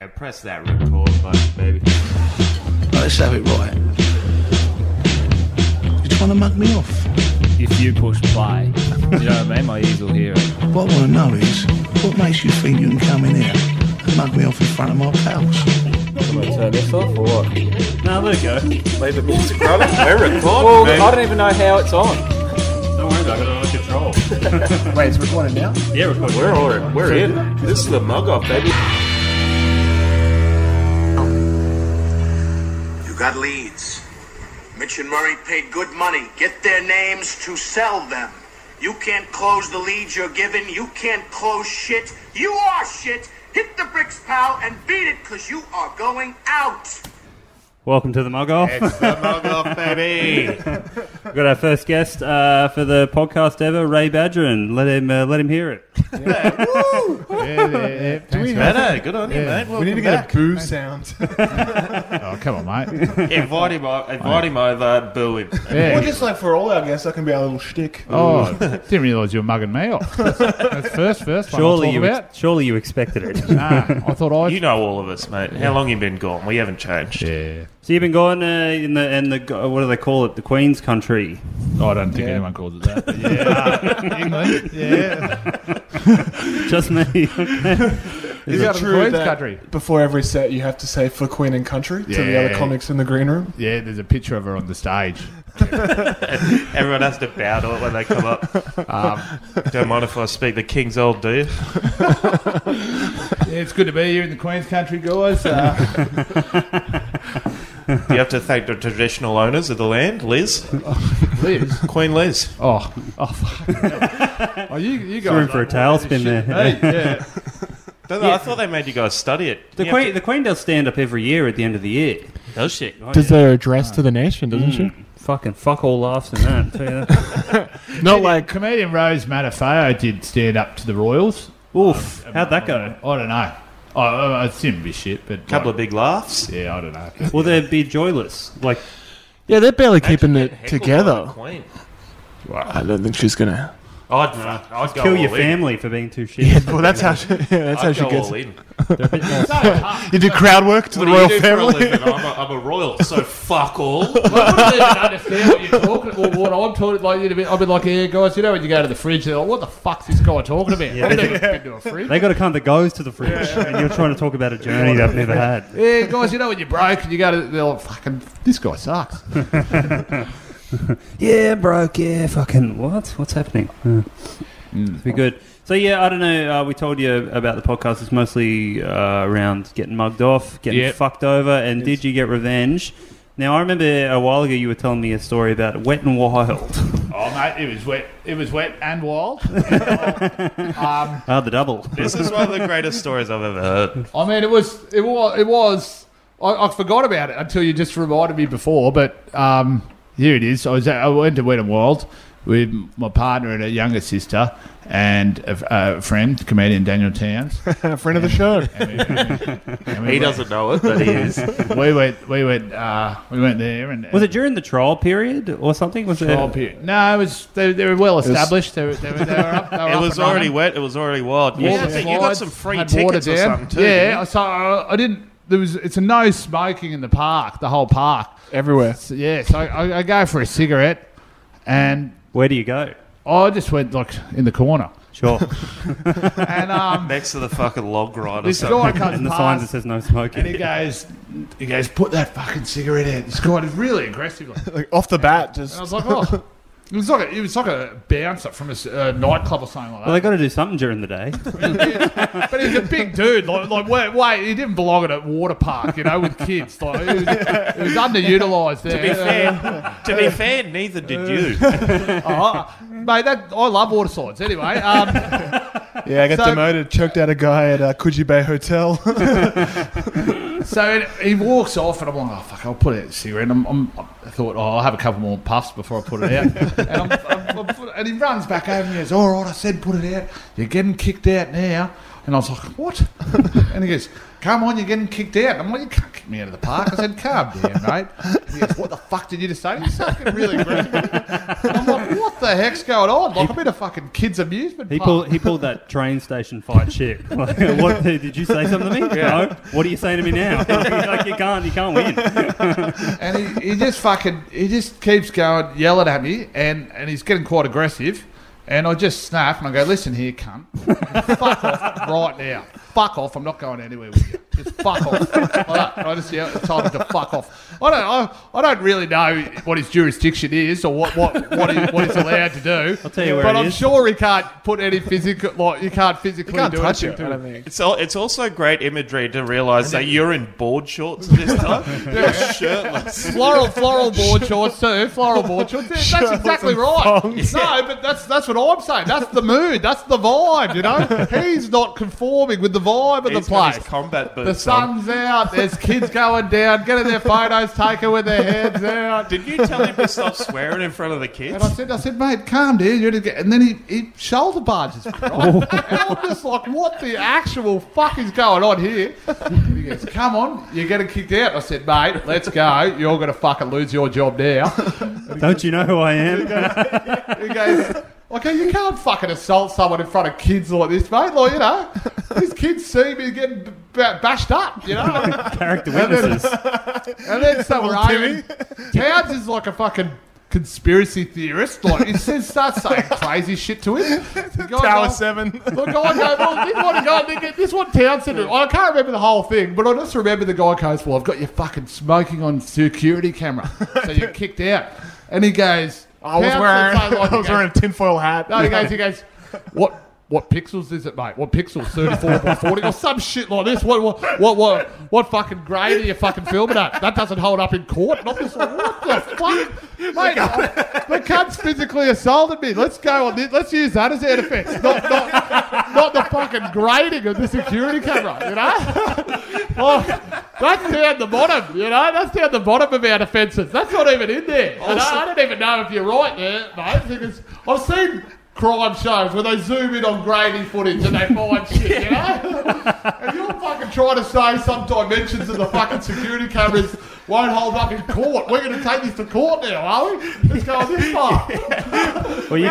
Yeah, press that record button, baby. Let's have it right. You're trying to mug me off. if you push play. you know what I mean? My ears will hear it. What I want to know is, what makes you think you can come in here and mug me off in front of my pals? Turn this off or what? No, let it go. Leave the music running. We're recording. Well, I don't even know how it's on. Don't worry about it. I'm under control. Wait, it's recording now? Yeah, record. We're on. We're in. This is the mug off, baby. You got leads. Mitch and Murray paid good money. Get their names to sell them. You can't close the leads you're given. You can't close shit. You are shit. Hit the bricks, pal, and beat it, because you are going out. Welcome to the Mug Off. It's the Mug Off, baby. We've got our first guest uh, for the podcast ever, Ray Badgerin. Let him uh, let him hear it. Better. Good on you, mate. Welcome We need to get back. a boo sound. Oh, come on, mate. Invite him, o- invite him over, boo him. Yeah. well, just like for all our guests, that can be our little shtick. Oh, didn't realise you were mugging me off. That's, that's first, first Surely one you I'll ex- talk surely you expected it. about. Nah, I thought I. You know all of us, mate. How long you been gone? We haven't changed. yeah. so you've been going uh, in the in the go- what do they call it? The Queen's country. Oh, I don't think anyone calls it that. but yeah. England. Yeah. Just me. Is out of the Queen's country. before every set you have to say for Queen and Country to the other Yeah. comics in the green room? Yeah, there's a picture of her on the stage. Everyone has to bow to it when they come up. Don't mind if I speak the King's old, do you? Yeah, it's good to be here in the Queen's country, guys. Uh, You have to thank the traditional owners of the land, Liz. Liz. Queen Liz. Oh, oh, fuck. Oh, you, you guys. Room for a tailspin there. Hey, yeah. Don't they- I thought they made you guys study it. The You have Queen the Queen does stand up every year at the end of the year. to- Does she? Oh, Does yeah. their address to the nation, doesn't she? Fucking fuck all laughs and that. tell you that. Not like Comedian Rose Matafeo did stand up to the Royals. Oof! How'd that go? I don't know. I, I, it seemed to be shit, but. couple of big laughs. Yeah, I don't know. Will there be joyless? Like yeah, they're barely keeping Getting it heckled by the together. Queen. I don't think she's gonna. I'd, I'd go kill all your in. family for being too shit. Yeah, well, that's how she, yeah, that's how I'd she go gets all it. in. You do crowd work to the What do you royal do for a family. living? I'm, a, I'm a royal, so fuck all. I don't even understand what you're talking about, what I'm talking like. You'd be, I'd be like, yeah, guys, you know when you go to the fridge, they're like, what the fuck's this guy talking about? I've never been to a fridge. They got a kind that goes to the fridge, and you're trying to talk about a journey they've never had. yeah, guys, you know when you're broke and you go to, they're like, fucking, this guy sucks. Yeah, broke. Yeah, fucking what? What's happening? Uh, Mm. It'd be good. So yeah, I don't know. Uh, we told you about the podcast. It's mostly uh, around getting mugged off, getting Yep. fucked over, and did you get revenge? Now I remember a while ago you were telling me a story about Wet and Wild. Oh, mate, it was wet. It was wet and wild. um, Ah, the double. This is one of the greatest stories I've ever heard. I mean, it was, it was, it was, I, I forgot about it until you just reminded me before, but um, here it is. I, was, at- I went to Wet and Wild with my partner and a younger sister and a, a friend, comedian Daniel Towns. Friend of the show. And we He went- doesn't know it, but he is. we went, we went, uh, we went there, and Was it during the trial period or something? Was Trial it? period. No, it was. They, they were well established. They were, they were, they were up. They were It up was and already running. wet. It was already wild. You, Water got, you got slides, some free had water tickets or down. something too. Yeah, I saw. I didn't. There was. It's a no smoking in the park. The whole park. Everywhere. So, yeah. So I, I go for a cigarette, and Where do you go? I just went like in the corner, Sure. and um, Next to the fucking log ride or this something. guy comes and the sign past. that says no and he smoking. goes, he goes, put that fucking cigarette out. This guy is really aggressive. Like, Like off the bat, And I just was like, oh. It was like a, it was like a bouncer from a s- uh, nightclub or something like Well, they that. got to do something during the day. but he's a big dude. Like, like wait, wait, he didn't belong at a water park, you know, with kids. Like, it was, it was underutilized there. To be fair, to be fair, neither did you. Oh, mate, that I love water slides. Anyway, um, yeah, I got So- demoted, choked out a guy at uh, Coogee Bay Hotel. so it, he walks off, and I'm like, oh fuck, I'll put out a cigarette. And I'm, I'm, I thought, oh, I'll have a couple more puffs before I put it out. and, I'm, I'm, I'm, put- and he runs back over and he goes, all right, I said put it out. You're getting kicked out now. And I was like, what? and he goes, come on, you're getting kicked out. I'm like, you can't kick me out of the park. I said, calm down, mate. He goes, what the fuck did you just say? He's fucking really aggressive. I'm like, what the heck's going on? Like, I'm in a fucking kids' amusement He park. pulled, he pulled that train station fight shit. Like, what the, did you say something to me? No. What are you saying to me now? like, you can't, you can't win. and he, he just fucking he just keeps going yelling at me and and he's getting quite aggressive and I just snap and I go, listen here, cunt. Fuck off right now. Fuck off. I'm not going anywhere with you. Just fuck off. I, don't- I just yeah, told him to fuck off. I don't. I, I don't really know what his jurisdiction is or what what what, he, what he's allowed to do. I'll tell you where But it I'm is. sure he can't put any physical. Like you can't physically can't do touch anything it. I to him. don't think. It's all, it's also great imagery to realise that you're in board shorts this time. you're shirtless. floral floral board shorts too. Floral board shorts. Yeah, That's exactly right. No, but that's that's what I'm saying. That's the mood. That's the vibe. You know, he's not conforming with the vibe of He's the got his place. combat The boots on. sun's out. There's kids going down, getting their photos taken with their heads out. Did you tell him to stop swearing in front of the kids? And I said, I said, mate, calm down. You're gonna get... And then he, he shoulder barges me, right? and I'm just like, what the actual fuck is going on here? And he goes, come on, you're getting kicked out. I said, mate, let's go. You're going to fucking lose your job now. Don't you know who I am? He goes, okay, you can't fucking assault someone in front of kids like this, mate. Like, you know, these kids see me getting b- ba- bashed up, you know? Character witnesses. And then someone arguing. Towns is like a fucking conspiracy theorist. Like, he says, starts saying crazy shit to him. The guy Tower goes, Seven. the guy goes, well, this one, guy, nigga, this one Townsend. I can't remember the whole thing, but I just remember the guy goes, well, I've got you fucking smoking on security camera. So you're kicked out. And he goes, I was wearing Townsend's like- I was wearing a tinfoil hat. no, he goes, he goes, what what pixels is it, mate? What pixels? Thirty four by forty or some shit like this. What what what what, what fucking grade are you fucking filming at? That doesn't hold up in court. And I'm just like, what the fuck? Mate, I- the cunt's physically assaulted me. Let's go on this. Let's use that as air defense. Not not not the fucking grading of the security camera, you know? Oh, that's down the bottom, you know? That's down the bottom of our defences. That's not even in there. And I, I don't even know if you're right there, mate, because I've seen crime shows where they zoom in on grainy footage and they find shit, you know? and you're fucking trying to say some dimensions of the fucking security cameras won't hold up in court. We're going to take this to court now, are we? Let's go this far. Well, you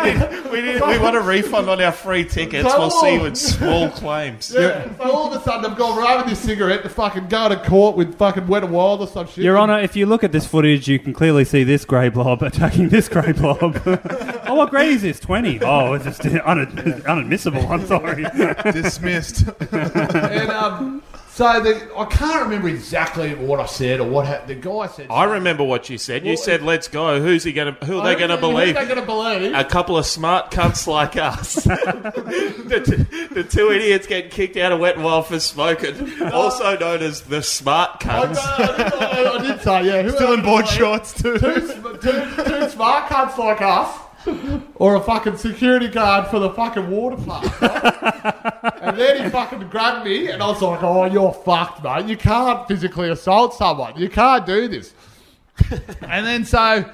can, We, need, we want a refund on our free tickets. We'll see you in small claims. Yeah. So all of a sudden, I've gone right with this cigarette to fucking go to court with fucking Wet and Wild or some shit. Your Honour, if you look at this footage, you can clearly see this grey blob attacking this grey blob. oh, what grade is this? 20. Oh, it's just un- unadmissible. I'm sorry. Dismissed. And um, so the, I can't remember exactly what I said or what ha- the guy said. I remember what you said. You Well, said, "Let's go." Who's he gonna? Who are they gonna believe? They're going to believe. A couple of smart cunts like us. the, t- the two idiots getting kicked out of Wet and Wild for smoking, also known as the smart I, cunts. I, I, I did say, yeah. Who Still are in they board gonna shorts too. believe? Two, two, two smart cunts like us, or a fucking security guard for the fucking water park. right? and then he fucking grabbed me, and I was like, "Oh, you're fucked, mate. You can't physically assault someone. You can't do this." and then so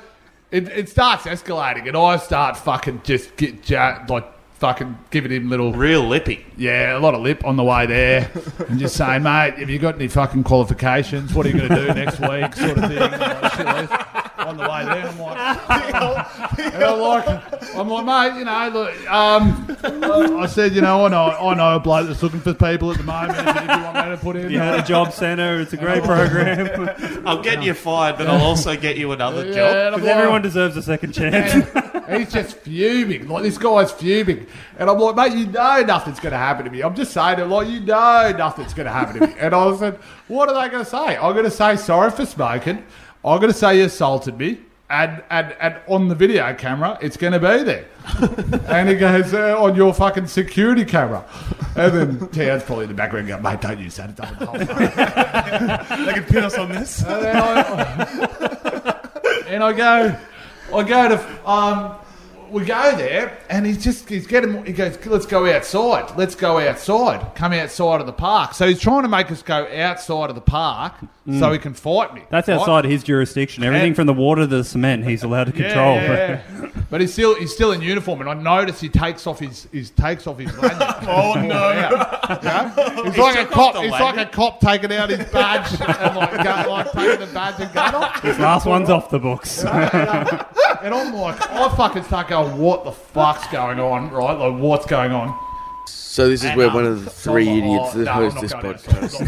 it, it starts escalating, and I start fucking just get ja- like fucking giving him little Real lippy. yeah, a lot of lip on the way there, and just saying, mate, have you got any fucking qualifications? What are you going to do next week? Sort of thing. Like, shit like this. on the way there, I'm like, and I'm like, I'm like, mate, you know, look, um, I said, you know, I know, I know a bloke that's looking for people at the moment. If you want me to put in, You had a job centre. It's a great program. I'll get you fired, but I'll also get you another job. and I'm Because like- everyone deserves a second chance. He's just fuming. Like, this guy's fuming. And I'm like, mate, you know nothing's going to happen to me. I'm just saying it like, you know nothing's going to happen to me. And I said, what are they going to say? I'm going to say sorry for smoking. I'm going to say you assaulted me. And, and, and on the video camera, it's going to be there. and he goes, uh, on your fucking security camera. And then Towns probably in the background going, mate, don't use that. It doesn't hold up." They can pin us on this. And then I, and I go, I go to um, we go there, and he's just he's getting. He goes, "Let's go outside. Let's go outside. Come outside of the park." So he's trying to make us go outside of the park so he can fight me. Mm. That's right? outside his jurisdiction. Everything from the water to the cement, he's allowed to control. Yeah, yeah, yeah. but he's still he's still in uniform, and I notice he takes off his his takes off his lanyard. oh no! He's He like a took off cop. the He's like a cop taking out his badge and like, go, like taking the badge and going off. His last one's off the books. And I'm like, I fucking start going, what the fuck's going on, right? Like, what's going on? So this is where one of the three idiots oh, that hosts this podcast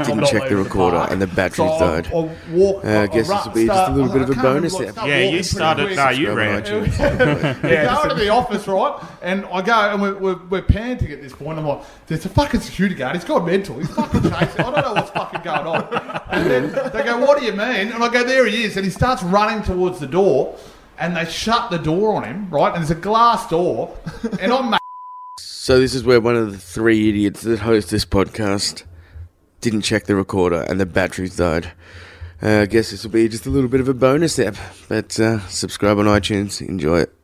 didn't didn't check the recorder and the batteries died. I, I, walk, Uh, I guess run- this will be just start- a little bit of a I can't bonus remember, there. start Yeah, walking you pretty started. quick. No, you ran. Grab an yeah, go to the office, right? And I go, and we're, we're, we're panting at this point. I'm like, there's a fucking security guard. He's gone mental. He's fucking chasing. I don't know what's fucking going on. And then they go, what do you mean? And I go, there he is. And he starts running towards the door. And they shut the door on him, right? And there's a glass door. And I'm So this is where one of the three idiots that hosts this podcast didn't check the recorder and the batteries died. Uh, I guess this will be just a little bit of a bonus app, but uh, subscribe on iTunes. Enjoy it.